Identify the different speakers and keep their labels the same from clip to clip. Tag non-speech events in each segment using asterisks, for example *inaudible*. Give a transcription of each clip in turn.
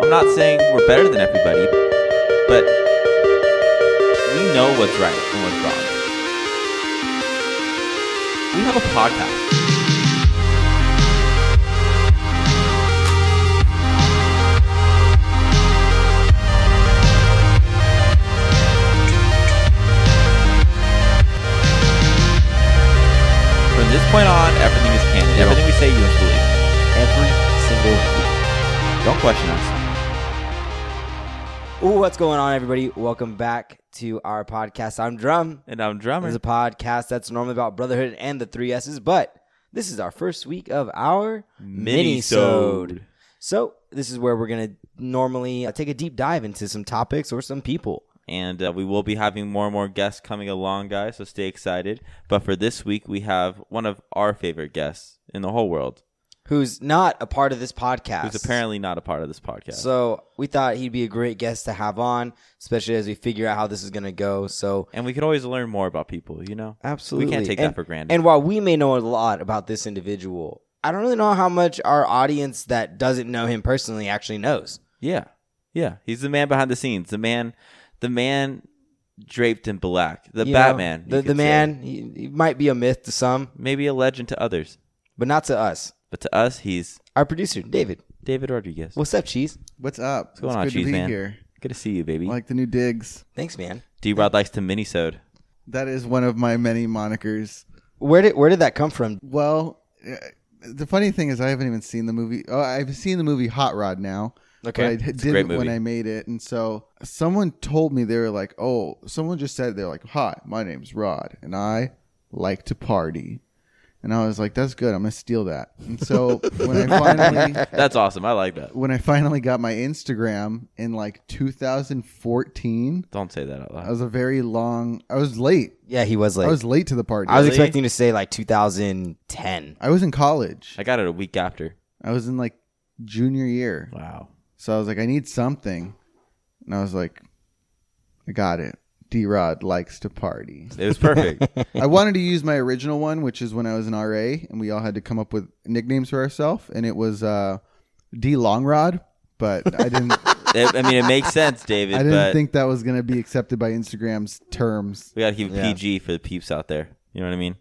Speaker 1: I'm not saying we're better than everybody, but we know what's right and what's wrong. We have a podcast. From this point on, everything is canon. Everything we say, you must believe.
Speaker 2: every single week.
Speaker 1: Don't question us.
Speaker 2: Ooh, what's going on, everybody? Welcome back to our podcast. I'm Drum.
Speaker 1: And I'm
Speaker 2: This
Speaker 1: drummer.
Speaker 2: is a podcast that's normally about brotherhood and the three S's, but this is our first week of our mini-sode. So this is where we're gonna normally uh, take a deep dive into some topics or some people.
Speaker 1: and uh, we will be having more and more guests coming along, guys. So stay excited. But for this week, we have one of our favorite guests in the whole world,
Speaker 2: Who's not a part of this podcast?
Speaker 1: who's apparently not a part of this podcast.
Speaker 2: So we thought he'd be a great guest to have on, especially as we figure out how this is gonna go. So
Speaker 1: and we can always learn more about people, you know.
Speaker 2: Absolutely.
Speaker 1: we can't take
Speaker 2: and,
Speaker 1: that for granted.
Speaker 2: And while we may know a lot about this individual, I don't really know how much our audience that doesn't know him personally actually knows.
Speaker 1: yeah, yeah, he's the man behind the scenes, the man, the man draped in black, the
Speaker 2: You know,
Speaker 1: Batman, you
Speaker 2: the,
Speaker 1: could
Speaker 2: the
Speaker 1: say.
Speaker 2: man, he, he might be a myth to some,
Speaker 1: maybe a legend to others,
Speaker 2: but not to us.
Speaker 1: but to us, he's
Speaker 2: Our producer, David.
Speaker 1: David Rodriguez.
Speaker 2: What's up, Cheese?
Speaker 3: What's up? What's
Speaker 1: going on,
Speaker 3: good
Speaker 1: Cheese
Speaker 3: to be
Speaker 1: Man?
Speaker 3: here.
Speaker 1: Good to see you, baby.
Speaker 3: I like the new digs.
Speaker 2: Thanks, man.
Speaker 1: D Rod likes to minisode.
Speaker 3: That is one of my many monikers.
Speaker 2: Where did where did that come from?
Speaker 3: Well, uh, the funny thing is, I haven't even seen the movie. Oh, I've seen the movie Hot Rod now.
Speaker 2: Okay.
Speaker 3: but I d-
Speaker 1: a great
Speaker 3: didn't when
Speaker 1: movie.
Speaker 3: I made it, and so someone told me they were like, "Oh, someone just said they're like, hi, my name's Rod, and I like to party." And I was like, "That's good. I'm gonna steal that." And
Speaker 1: *laughs*
Speaker 3: so when I finally
Speaker 1: That's awesome. I like that.
Speaker 3: when I finally got my Instagram in like 2014,
Speaker 1: Don't say that out loud.
Speaker 3: I was a very long. I was late.
Speaker 2: Yeah, he was like
Speaker 3: I was late to the party.
Speaker 2: I was
Speaker 1: Really?
Speaker 2: expecting to say like 2010.
Speaker 3: I was in college.
Speaker 1: I got it a week after.
Speaker 3: I was in like junior year.
Speaker 1: Wow.
Speaker 3: So I was like, I need something. And I was like, I got it. D Rod likes
Speaker 1: *laughs*
Speaker 3: to party.
Speaker 1: It was
Speaker 2: *laughs*
Speaker 1: perfect.
Speaker 3: I wanted to use my original one, which is when I was an RA and we all had to come up with nicknames for ourselves. And it was uh, D Long Rod, but
Speaker 1: *laughs*
Speaker 3: I didn't.
Speaker 1: It- I mean, it makes sense, David,
Speaker 3: *laughs* I didn't
Speaker 1: but
Speaker 3: think that was going to be accepted by Instagram's terms.
Speaker 1: we got to keep it
Speaker 2: Yeah.
Speaker 1: PG for the peeps out there. You know what I mean?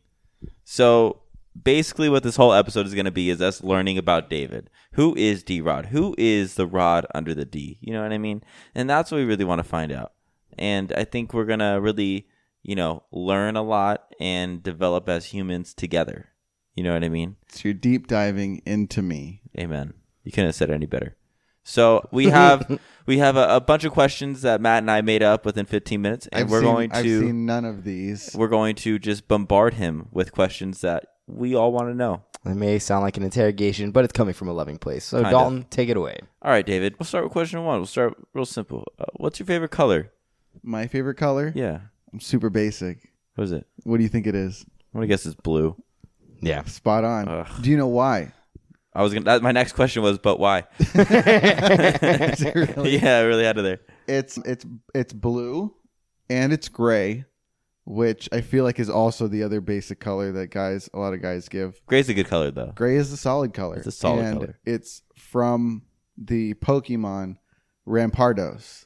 Speaker 1: So basically, what this whole episode is going to be is us learning about David. Who is D Rod? Who is the Rod under the D? You know what I mean? And that's what we really want to find out. And I think we're going to really, you know, learn a lot and develop as humans together. You know what I mean?
Speaker 3: So you're deep diving into me.
Speaker 1: Amen. You couldn't have said it any better. So we have we have a, a bunch of questions that Matt and I made up within 15 minutes, and
Speaker 3: I've
Speaker 1: we're
Speaker 3: seen-
Speaker 1: going to
Speaker 3: I've seen none of these.
Speaker 1: we're going to just bombard him with questions that we all want to know.
Speaker 2: It may sound like an interrogation, but it's coming from a loving place. So
Speaker 1: Kinda.
Speaker 2: Dalton, take it away.
Speaker 1: All right, David. We'll start with question one. We'll start real simple. Uh, what's your favorite color?
Speaker 3: My favorite color?
Speaker 1: Yeah.
Speaker 3: I'm super basic.
Speaker 1: What is it?
Speaker 3: What do you think it is?
Speaker 1: I'm gonna guess it's blue.
Speaker 2: Yeah.
Speaker 3: Spot on.
Speaker 1: Ugh.
Speaker 3: Do you know why?
Speaker 1: I was gonna. That, my next question was, but why?
Speaker 3: Is it
Speaker 1: *laughs*
Speaker 3: really?
Speaker 1: Yeah, really out of there.
Speaker 3: It's it's it's blue and it's gray, which I feel like is also the other basic color that guys a lot of guys give.
Speaker 1: Gray's a good color though.
Speaker 3: Gray is the solid color.
Speaker 1: It's a solid
Speaker 3: and
Speaker 1: color.
Speaker 3: It's from the Pokemon Rampardos.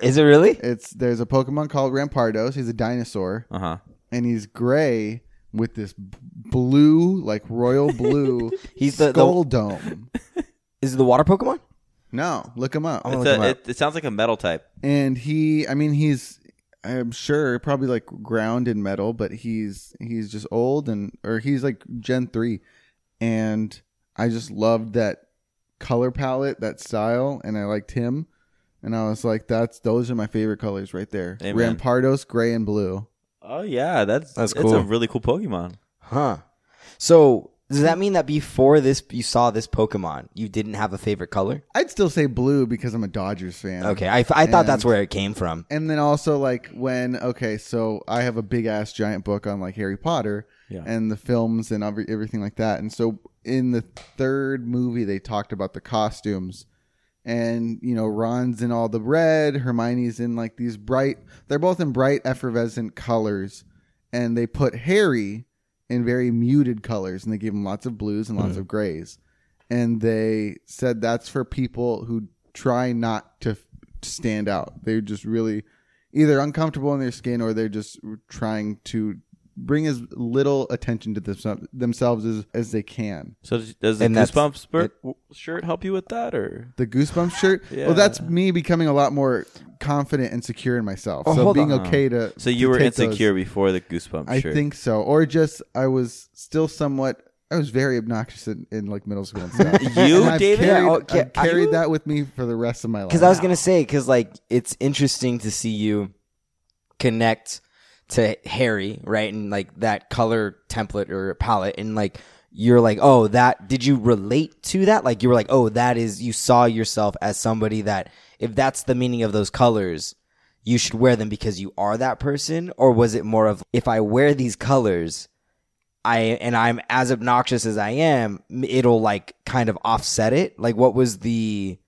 Speaker 2: Is it really?
Speaker 3: It's there's a Pokemon called Rampardos. He's a dinosaur
Speaker 1: Uh huh.
Speaker 3: and he's gray with this b- blue like
Speaker 1: *laughs*
Speaker 3: royal blue
Speaker 2: He's the- the-
Speaker 3: skull dome.
Speaker 2: Is it the water Pokemon?
Speaker 3: No, look him up.
Speaker 2: I'm gonna
Speaker 1: It's
Speaker 2: look him
Speaker 1: a,
Speaker 2: up.
Speaker 1: it, it sounds like a metal type.
Speaker 3: and he i mean he's i'm sure probably like ground in metal but he's he's just old and or he's like gen 3 and i just loved that color palette that style and i liked him and i was like that's those are my favorite colors right there
Speaker 1: Amen.
Speaker 3: rampardos gray and blue
Speaker 1: Oh yeah, that's
Speaker 2: That's
Speaker 1: That's
Speaker 2: cool.
Speaker 1: a really cool Pokemon.
Speaker 2: Huh. So does that mean that before this you saw this Pokemon, you didn't have a favorite color?
Speaker 3: i'd still say blue because i'm a dodgers fan
Speaker 2: Okay, I, I thought that's
Speaker 3: And-
Speaker 2: where it came from.
Speaker 3: Um, and then also like when okay so i have a big ass giant book on like harry potter
Speaker 1: Yeah.
Speaker 3: and the films and every, everything like that and so in the third movie they talked about the costumes and you know ron's in all the red hermione's in like these bright they're both in bright effervescent colors and they put harry in very muted colors and they gave him lots of blues and lots of grays and they said that's for people who try not to f- stand out. They're just really either uncomfortable in their skin or they're just trying to bring as little attention to themse- themselves as, as they can.
Speaker 1: So does- does the
Speaker 2: And that's-
Speaker 1: Goosebumps bur- shirt help you with that, or *laughs*
Speaker 3: The goosebumps shirt.
Speaker 1: Yeah.
Speaker 3: Well, that's me becoming a lot more confident and secure in myself.
Speaker 2: Oh,
Speaker 3: so
Speaker 2: hold
Speaker 3: being
Speaker 2: on.
Speaker 3: okay to
Speaker 1: so
Speaker 3: to
Speaker 1: you were
Speaker 3: take those-
Speaker 1: insecure before the Goosebumps
Speaker 3: I
Speaker 1: shirt?
Speaker 3: think so, or just I was still somewhat. I was very obnoxious in, in like middle school and
Speaker 1: *laughs*
Speaker 3: stuff.
Speaker 1: You,
Speaker 3: and I've
Speaker 1: David?
Speaker 3: carried,
Speaker 2: Yeah, oh, yeah,
Speaker 3: I've carried
Speaker 2: I-
Speaker 3: that with me for the rest of my life.
Speaker 2: Because I was gonna say, because like it's interesting to see you connect to Harry, right, and like that color template or palette, and like you're like, oh, that. Did you relate to that? Like you were like, oh, that is. You saw yourself as somebody that, if that's the meaning of those colors, you should wear them because you are that person, or was it more of if I wear these colors? I and I'm as obnoxious as I am, it'll like kind of offset it. Like, what was the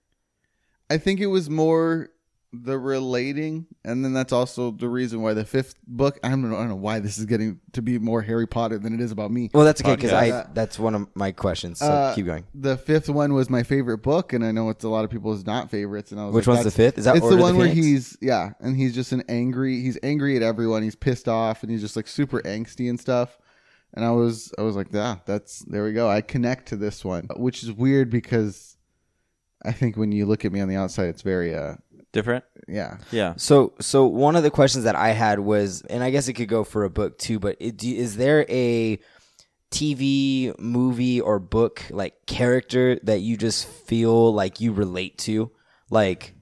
Speaker 3: I think it was more the relating, and then that's also the reason why the fifth book. I don't know, I don't know why this is getting to be more Harry Potter than it is about me.
Speaker 2: Well, that's okay because I
Speaker 3: podcast.
Speaker 2: that's one of my questions. So
Speaker 3: Uh,
Speaker 2: keep going.
Speaker 3: The fifth one was my favorite book, and I know it's a lot of people's not favorites. And I was
Speaker 2: Which
Speaker 3: like,
Speaker 2: one's the
Speaker 3: that's-
Speaker 2: fifth? Is that
Speaker 3: it's
Speaker 2: Order
Speaker 3: the
Speaker 2: of
Speaker 3: one where
Speaker 2: Phoenix?
Speaker 3: he's yeah, and he's just an angry. He's angry at everyone. He's pissed off, and he's just like super angsty and stuff. And I was I was like, yeah, that's there we go. I connect to this one, which is weird because I think when you look at me on the outside, it's very uh
Speaker 1: different.
Speaker 3: yeah.
Speaker 1: Yeah.
Speaker 2: So so one of the questions that I had was, and I guess it could go for a book too, but it, do, is there a TV, movie, or book like character that you just feel like you relate to, like?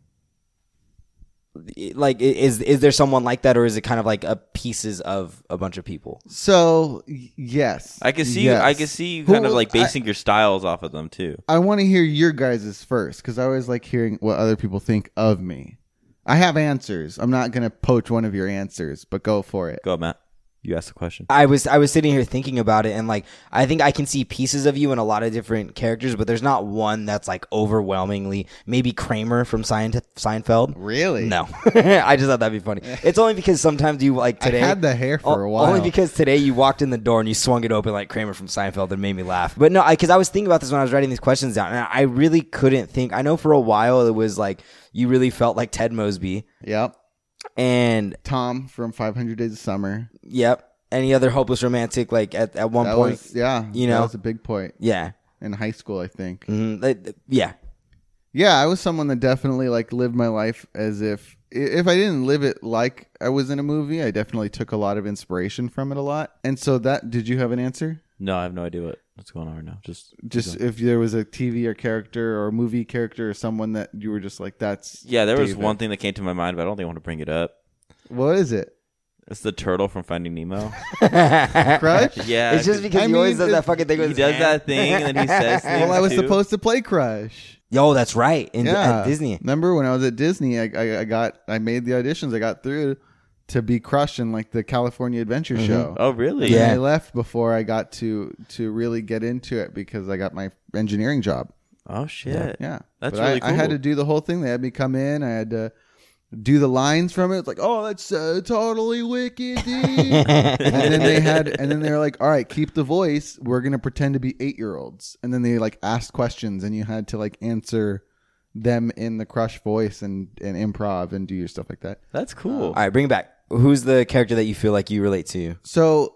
Speaker 2: i- Like i- is is there someone like that, or is it kind of like a pieces of a bunch of people?
Speaker 3: So y- yes,
Speaker 1: I can see.
Speaker 3: Yes.
Speaker 1: I can see you kind of
Speaker 3: Who-
Speaker 1: like
Speaker 3: I-
Speaker 1: basing your styles off of them too.
Speaker 3: I want to hear your guys's first because I always like hearing what other people think of me. I have answers. I'm not gonna poach one of your answers, but go for it.
Speaker 1: Go, Matt. You asked the question.
Speaker 2: I was I was sitting here thinking about it and like I think I can see pieces of you in a lot of different characters, but there's not one that's like overwhelmingly maybe Kramer from Sein- Seinfeld.
Speaker 3: Really?
Speaker 2: No, *laughs* I just thought that'd be funny.
Speaker 3: *laughs*
Speaker 2: It's only because sometimes you like today
Speaker 3: I had the hair for
Speaker 2: O-
Speaker 3: a
Speaker 1: Oh,
Speaker 3: while.
Speaker 2: Only because today you walked in the door and you swung it open like Kramer from Seinfeld and made me laugh. But no, because I, was thinking about this when I was writing these questions down, and I really couldn't think. I know for a while it was like you really felt like Ted Mosby,
Speaker 3: yep.
Speaker 2: and
Speaker 3: Tom from 500 Days of Summer.
Speaker 2: yep, any other hopeless romantic like at at one
Speaker 3: That
Speaker 2: point.
Speaker 3: was yeah.
Speaker 2: you
Speaker 3: that
Speaker 2: know?
Speaker 3: was a big point
Speaker 2: yeah,
Speaker 3: in high school, I think.
Speaker 2: Mhm. Like, th-
Speaker 3: *laughs*
Speaker 2: Yeah.
Speaker 3: Yeah, I was someone that definitely like lived my life as if i- if I didn't live it like I was in a movie. I definitely took a lot of inspiration from it a lot. And so that did you have an answer?
Speaker 1: No, I have no idea what, what's going on right now. Just,
Speaker 3: Just if there was a TV or character or movie character or someone that you were just like that's
Speaker 1: yeah. There was
Speaker 3: David.
Speaker 1: one thing that came to my mind, but I don't think I want to bring it up.
Speaker 3: What is it?
Speaker 1: It's the turtle from Finding
Speaker 3: *laughs*
Speaker 1: Nemo. *laughs*
Speaker 3: Crush?
Speaker 1: yeah,
Speaker 2: It's just
Speaker 1: dude.
Speaker 2: because
Speaker 3: I
Speaker 2: he always
Speaker 3: mean,
Speaker 2: does
Speaker 3: it-
Speaker 2: that fucking thing.
Speaker 1: he
Speaker 2: With
Speaker 1: does
Speaker 2: his hand.
Speaker 1: that thing and then he says.
Speaker 3: *laughs* well, I was
Speaker 1: things, too.
Speaker 3: supposed to play Crush.
Speaker 2: Yo, that's right. In,
Speaker 3: yeah.
Speaker 2: At Disney.
Speaker 3: Remember when I was at Disney, I, I, I got I made the auditions. I got through to be crushed in like the California Adventure Show.
Speaker 1: Oh, really?
Speaker 3: And
Speaker 2: Yeah.
Speaker 3: I left before I got to to really get into it because I got my engineering job.
Speaker 1: Oh shit.
Speaker 3: Yeah,
Speaker 1: That's
Speaker 3: I,
Speaker 1: really
Speaker 3: I had
Speaker 1: cool.
Speaker 3: to do the whole thing. They had me come in. I had to do the lines from it. It's like, oh, that's uh, totally wicked. dude."
Speaker 2: *laughs*
Speaker 3: *laughs* and then they had, and then they were like, all right, keep the voice. We're gonna pretend to be eight year olds. And then they like asked questions, and you had to like answer them in the crush voice and and improv and do your stuff like that.
Speaker 1: That's cool.
Speaker 3: Oh,
Speaker 2: All right, bring it back. Who's the character that you feel like you relate to?
Speaker 3: So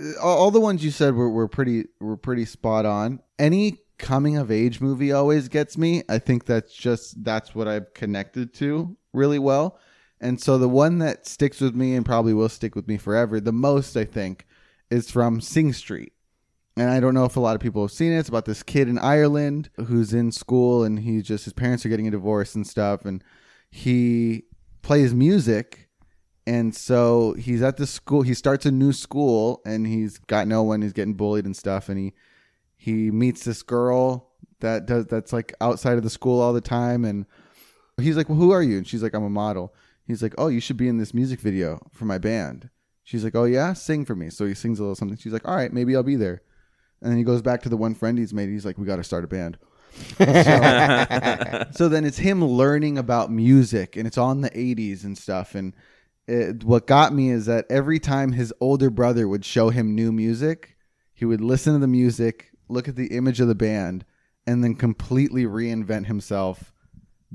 Speaker 3: uh, all, all the ones you said were, were pretty were pretty spot on. Any coming of age movie always gets me. I think that's just that's what I've connected to really well. And so the one that sticks with me and probably will stick with me forever the most I think is from Sing Street. And I don't know if a lot of people have seen it. It's about this kid in Ireland who's in school and he just his parents are getting a divorce and stuff and he plays music and so he's at the school. He starts a new school, and he's got no one. He's getting bullied and stuff. And he he meets this girl that does that's like outside of the school all the time. And he's like, "Well, who are you?" And she's like, "I'm a model." He's like, "Oh, you should be in this music video for my band." She's like, "Oh yeah, sing for me." So he sings a little something. She's like, "All right, maybe I'll be there." And then he goes back to the one friend he's made. He's like, "We got to start a band." so then it's him learning about music and it's on the 80s and stuff and it, what got me is that every time his older brother would show him new music he would listen to the music look at the image of the band and then completely reinvent himself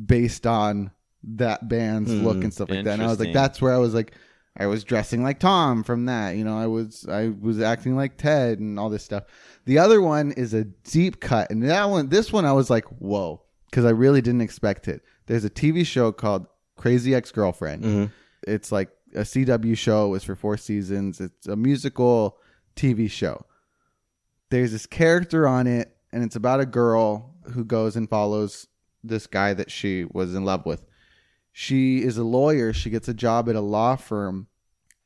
Speaker 3: based on that band's
Speaker 2: Hmm.
Speaker 3: look and stuff like that. And I was like,
Speaker 1: Interesting.
Speaker 3: that's where I was like, I was dressing like Tom from that. You know, I was I was acting like Ted and all this stuff. The other one is a deep cut, and that one, this one, I was like, whoa, because I really didn't expect it. There's a TV show called Crazy Ex Girlfriend.
Speaker 2: Mhm.
Speaker 3: It's like a CW show. It was for four seasons. It's a musical TV show. There's this character on it, and it's about a girl who goes and follows this guy that she was in love with. She is a lawyer. She gets a job at a law firm,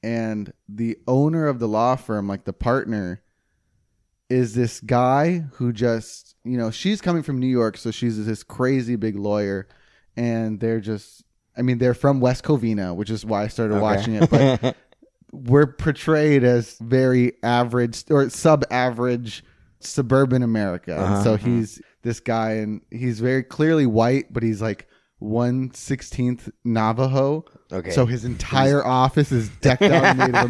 Speaker 3: and the owner of the law firm, like the partner, is this guy who just, you know, she's coming from New York, so she's this crazy big lawyer, and they're just, I mean, they're from West Covina, which is why I started
Speaker 2: Okay.
Speaker 3: watching it, but we're portrayed as very average or sub-average suburban America. And
Speaker 2: Uh-huh.
Speaker 3: so he's this guy, and he's very clearly white, but he's like one sixteenth Navajo.
Speaker 2: okay.
Speaker 3: So his entire office is decked out in Native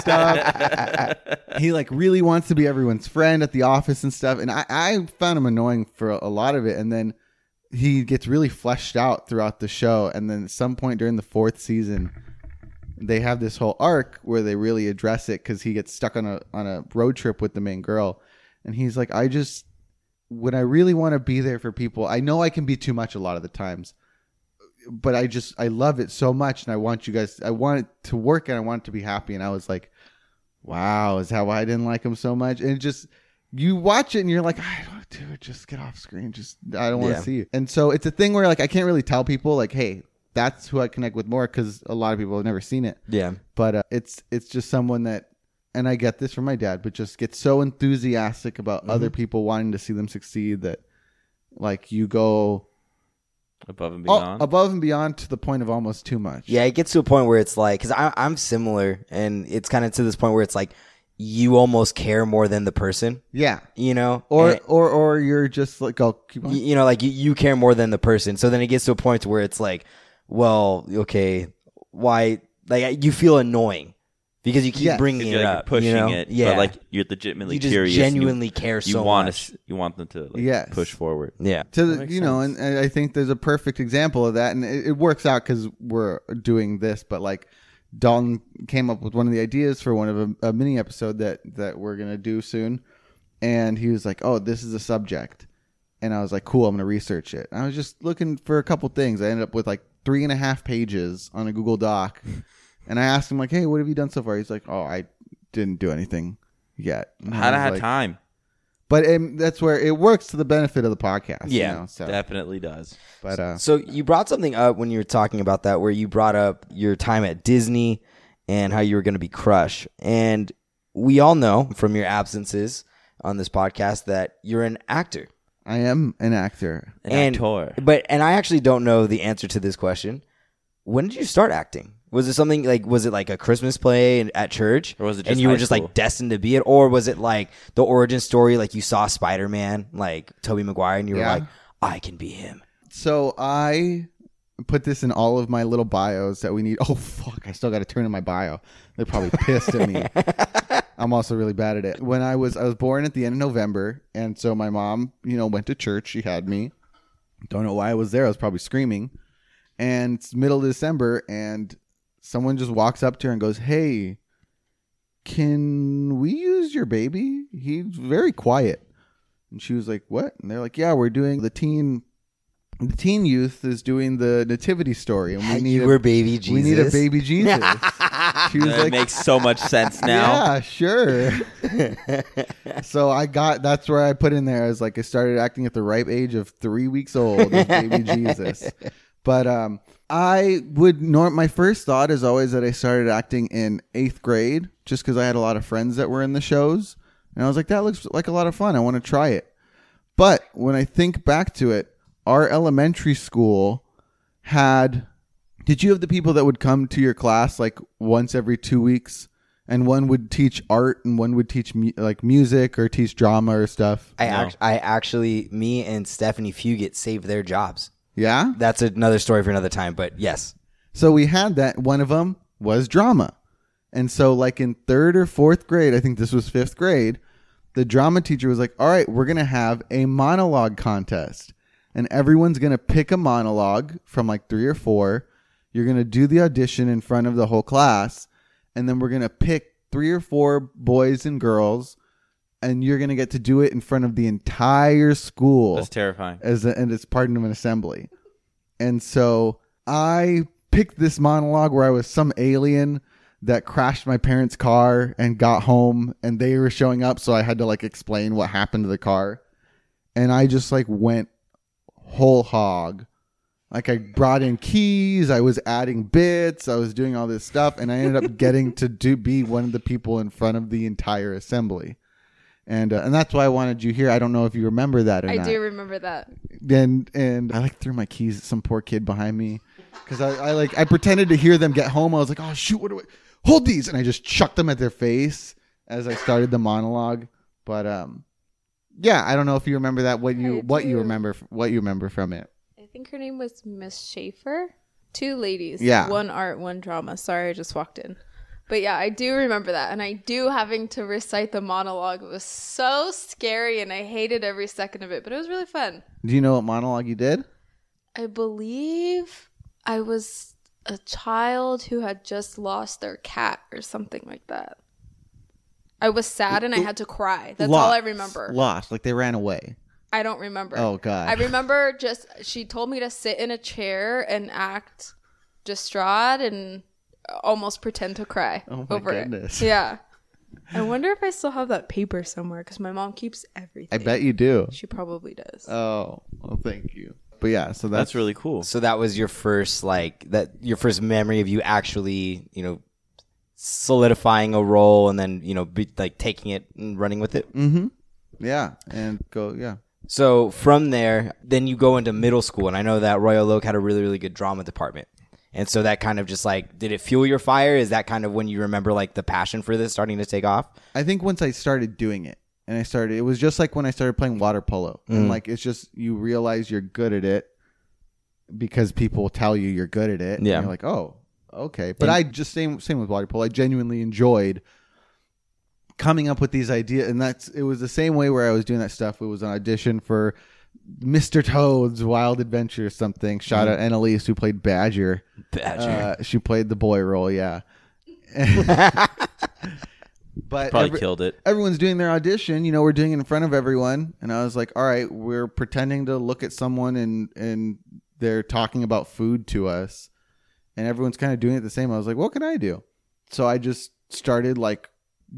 Speaker 2: *laughs*
Speaker 3: stuff. He like really wants to be everyone's friend at the office and stuff. And I, I found him annoying for a lot of it. And then he gets really fleshed out throughout the show. And then at some point during the fourth season, they have this whole arc where they really address it because he gets stuck on a on a road trip with the main girl, and he's like, I just when I really want to be there for people, I know I can be too much a lot of the times, but I just I love it so much, and I want you guys, I want it to work, and I want it to be happy, and I was like, wow, is how I didn't like him so much, and it just you watch it and you're like, I don't, dude, just get off screen, just I don't want to
Speaker 2: Yeah.
Speaker 3: see you, and so it's a thing where like I can't really tell people like, hey. That's who I connect with more because a lot of people have never seen it
Speaker 2: *laughs* yeah.
Speaker 3: but uh, it's it's just someone that and I get this from my dad, but just gets so enthusiastic
Speaker 2: Mm-hmm.
Speaker 3: about other people wanting to see them succeed that like you go
Speaker 1: *laughs* Above and
Speaker 3: a-
Speaker 1: beyond.
Speaker 3: above and beyond to the point of almost too much.
Speaker 2: Yeah, it gets to a point where it's like, because I'm similar, and it's kind of to this point where it's like, you almost care more than the person,
Speaker 3: Yeah.
Speaker 2: you know?
Speaker 3: Or
Speaker 2: And-
Speaker 3: or or you're just like go keep
Speaker 2: y-
Speaker 3: on.
Speaker 2: you know, like you, you care more than the person. So then it gets to a point where it's like, well, okay, why? Like you feel annoying because you keep
Speaker 3: Yes.
Speaker 2: bringing
Speaker 1: You're
Speaker 2: it
Speaker 1: like
Speaker 2: up,
Speaker 1: pushing
Speaker 2: you know?
Speaker 1: it,
Speaker 2: Yeah,
Speaker 1: but like you're legitimately
Speaker 2: you just
Speaker 1: curious. and you-
Speaker 2: genuinely care
Speaker 1: you,
Speaker 2: so
Speaker 1: want
Speaker 2: much.
Speaker 1: to, you want them to like
Speaker 3: Yes.
Speaker 1: push forward.
Speaker 2: yeah,
Speaker 3: To
Speaker 1: That
Speaker 3: the,
Speaker 1: makes
Speaker 3: you know, and,
Speaker 1: sense.
Speaker 3: and I think there's a perfect example of that, and it, it works out because we're doing this. But like, Dalton came up with one of the ideas for one of a, a mini episode that that we're gonna do soon, and he was like, "Oh, this is a subject," and I was like, "Cool, I'm gonna research it." And I was just looking for a couple things. I ended up with like three and a half pages on a Google Doc,
Speaker 1: *laughs*
Speaker 3: and I asked him like, "Hey, what have you done so far?" He's like, "Oh, I didn't do anything yet." And I
Speaker 1: Had I
Speaker 3: was
Speaker 1: had
Speaker 3: like-
Speaker 1: time,
Speaker 3: But um that's where it works to the benefit of the podcast. you
Speaker 2: Yeah.
Speaker 3: know, so.
Speaker 1: definitely does.
Speaker 3: But uh,
Speaker 2: So you brought something up when you were talking about that, where you brought up your time at Disney and how you were going to be Crush. And we all know from your absences on this podcast that you're an actor.
Speaker 3: I am an actor.
Speaker 1: An
Speaker 2: And-
Speaker 1: actor.
Speaker 2: But and I actually don't know the answer to this question. When did you start acting? Was it something like was it like a Christmas play in- at church?
Speaker 1: Or was it
Speaker 2: and
Speaker 1: just
Speaker 2: you were
Speaker 1: high
Speaker 2: just
Speaker 1: school?
Speaker 2: like destined to be it, or was it like the origin story? Like you saw Spider Man, like Toby Maguire, and you were
Speaker 3: Yeah.
Speaker 2: like, I can be him.
Speaker 3: So I put this in all of my little bios that we need. *laughs* Oh fuck! I still got to turn in my bio. They're probably pissed at me. I'm also really bad at it. When I was I was born at the end of November, and so my mom, you know, went to church. She had me. Don't know why I was there. I was probably screaming. And it's middle of December, and someone just walks up to her and goes, "Hey, can we use your baby? He's very quiet." And she was like, "What?" And they're like, "Yeah, we're doing the teen." The teen youth is doing the nativity
Speaker 2: *laughs*
Speaker 3: story, and we need
Speaker 2: you
Speaker 3: a,
Speaker 2: were baby Jesus.
Speaker 3: we need
Speaker 2: *laughs*
Speaker 3: a baby *laughs* Jesus. she was
Speaker 1: That
Speaker 3: like,
Speaker 1: makes so much *laughs* sense now.
Speaker 3: yeah, sure. so I got that's where I put in there as like I started acting at the ripe age of three weeks old, as baby Jesus. But um, I would norm. My first thought is always that I started acting in eighth grade, just because I had a lot of friends that were in the shows, and I was like, that looks like a lot of fun. I want to try it. But when I think back to it, our elementary school had. Did you have the people that would come to your class like once every two weeks, and one would teach art and one would teach mu- like music or teach drama or stuff?
Speaker 2: I, act- I actually, me and Stephanie Fugit saved their jobs.
Speaker 3: Yeah.
Speaker 2: That's another story for another time. But yes,
Speaker 3: So we had that. One of them was drama. And so, like in third or fourth grade, I think this was fifth grade, the drama teacher was like, All right, we're going to have a monologue contest. and everyone's gonna pick a monologue from like three or four. You're gonna do the audition in front of the whole class, and then we're gonna pick three or four boys and girls, and you're gonna get to do it in front of the entire school
Speaker 1: That's terrifying.
Speaker 3: as a, and it's part of an assembly. And so I picked this monologue where I was some alien that crashed my parents' car and got home and they were showing up so I had to like explain what happened to the car. And I just like went whole hog. Like I brought in keys, I was adding bits, I was doing all this stuff and I ended up getting to do be one of the people in front of the entire assembly. And, uh, and that's why I wanted you here. I don't know if you remember that or
Speaker 4: I
Speaker 3: not
Speaker 4: do remember that.
Speaker 3: and and I like threw my keys at some poor kid behind me because I, I like I pretended to hear them get home. I was like, oh shoot, what do I hold these? And I just chucked them at their face as I started the monologue. But um, yeah, I don't know if you remember that what you
Speaker 4: I
Speaker 3: what you
Speaker 4: do.
Speaker 3: remember f- what you remember from it.
Speaker 4: I think her name was Miss Schaefer. Two ladies.
Speaker 3: Yeah.
Speaker 4: One art, one drama. Sorry, I just walked in. But yeah, I do remember that. And I do having to recite the monologue. It was so scary and I hated every second of it, but it was really fun.
Speaker 3: Do you know what monologue you did?
Speaker 4: I believe I was a child who had just lost their cat or something like that. I was sad and I had to cry. That's all I
Speaker 3: Lost.
Speaker 4: remember.
Speaker 3: Lost, like they ran away.
Speaker 4: I don't remember.
Speaker 3: Oh god,
Speaker 4: I remember just she told me to sit in a chair and act distraught and almost pretend to cry
Speaker 3: Oh my
Speaker 4: over
Speaker 3: goodness.
Speaker 4: it. Yeah. I wonder if I still have that paper somewhere because my mom keeps everything.
Speaker 3: I bet you do.
Speaker 4: she probably does.
Speaker 3: Oh, well, thank you. But yeah, so that's,
Speaker 1: That's really cool.
Speaker 2: So that was your first like that your first memory of you actually, you know, solidifying a role and then, you know, be, like taking it and running with it.
Speaker 3: Mm-hmm. Yeah, and go. Yeah,
Speaker 2: So from there, then you go into middle school and I know that Royal Oak had a really really good drama department. And so that kind of just like did it fuel your fire? Is that kind of when you remember like the passion for this starting to take off?
Speaker 3: I think once I started doing it and I started, it was just like when I started playing water polo. And
Speaker 2: Mm.
Speaker 3: like, it's just, you realize you're good at it because people tell you you're good at it.
Speaker 2: Yeah.
Speaker 3: And you're like, oh, okay. But I just, same, same with water polo. I genuinely enjoyed coming up with these ideas. And that's, it was the same way where I was doing that stuff. It was an audition for Mr. Toad's Wild Adventure or something. Shout out Annalise who played Badger. Uh, she played the boy role, yeah. *laughs* but
Speaker 1: Probably
Speaker 3: every-
Speaker 1: killed it.
Speaker 3: everyone's doing their audition. You know, we're doing it in front of everyone, and I was like, "All right, we're pretending to look at someone, and and they're talking about food to us, and everyone's kind of doing it the same." I was like, "What can I do?" So I just started like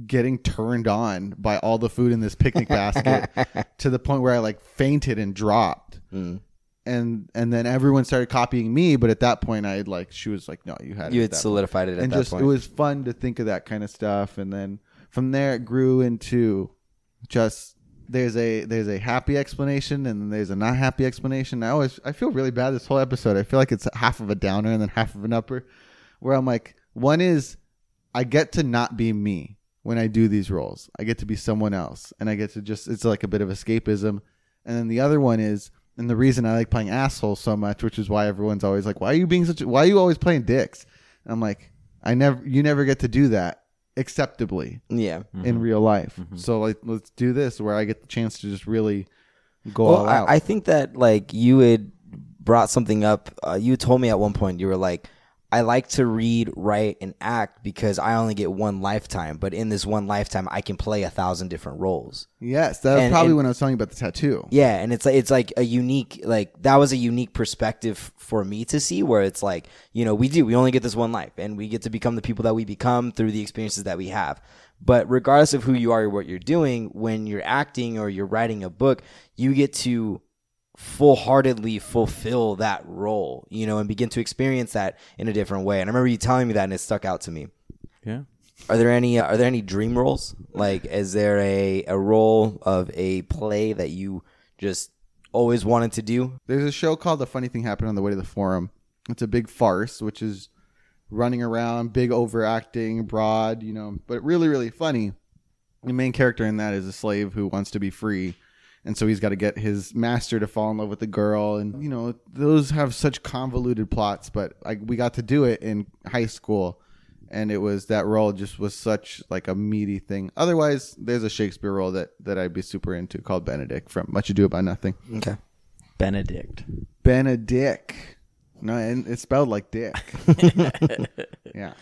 Speaker 3: getting turned on by all the food in this picnic
Speaker 2: *laughs*
Speaker 3: basket to the point where I like fainted and dropped
Speaker 2: Mm.
Speaker 3: and and then everyone started copying me but at that point i had like she was like no you had it
Speaker 2: You
Speaker 3: at
Speaker 2: had
Speaker 3: that
Speaker 2: solidified it
Speaker 3: point.
Speaker 2: at
Speaker 3: and
Speaker 2: that
Speaker 3: just
Speaker 2: point.
Speaker 3: it was fun to think of that kind of stuff and then from there it grew into just there's a there's a happy explanation and then there's a not happy explanation i always i feel really bad this whole episode i feel like it's half of a downer and then half of an upper where i'm like one is i get to not be me when i do these roles i get to be someone else and i get to just it's like a bit of escapism and then the other one is, and the reason I like playing asshole so much, which is why everyone's always like, "Why are you being such? Why are you always playing dicks?" And I'm like, I never, you never get to do that acceptably
Speaker 2: yeah.
Speaker 3: in real life. So like, let's do this where I get the chance to just really go all
Speaker 2: Well,
Speaker 3: out.
Speaker 2: I, I think that like you had brought something up. Uh, you told me at one point you were like, "I like to read, write, and act because I only get one lifetime. But in this one lifetime, I can play a thousand different roles."
Speaker 3: yes, that was
Speaker 2: and-
Speaker 3: probably
Speaker 2: and-
Speaker 3: when I was telling you about the tattoo.
Speaker 2: Yeah, and it's like it's like a unique like that was a unique perspective for me to see where it's like, you know, we do we only get this one life and we get to become the people that we become through the experiences that we have. But regardless of who you are or what you're doing, when you're acting or you're writing a book, you get to full-heartedly fulfill that role, you know, and begin to experience that in a different way. And I remember you telling me that and it stuck out to me
Speaker 1: Yeah.
Speaker 2: are there any uh, are there any dream roles like is there a a role of a play that you just always wanted to do
Speaker 3: There's a show called The Funny Thing Happened on the Way to the Forum. It's a big farce, which is running around, big overacting, broad, you know, but really, really funny. The main character in that is a slave who wants to be free. And so he's got to get his master to fall in love with the girl. And, you know, those have such convoluted plots, but like we got to do it in high school. And it was that role just was such like a meaty thing. Otherwise, there's a Shakespeare role that, that I'd be super into called Benedict from Much Ado About Nothing
Speaker 2: okay
Speaker 1: Benedict.
Speaker 3: Benedict. No, and it's spelled
Speaker 1: *laughs*
Speaker 3: like dick. yeah.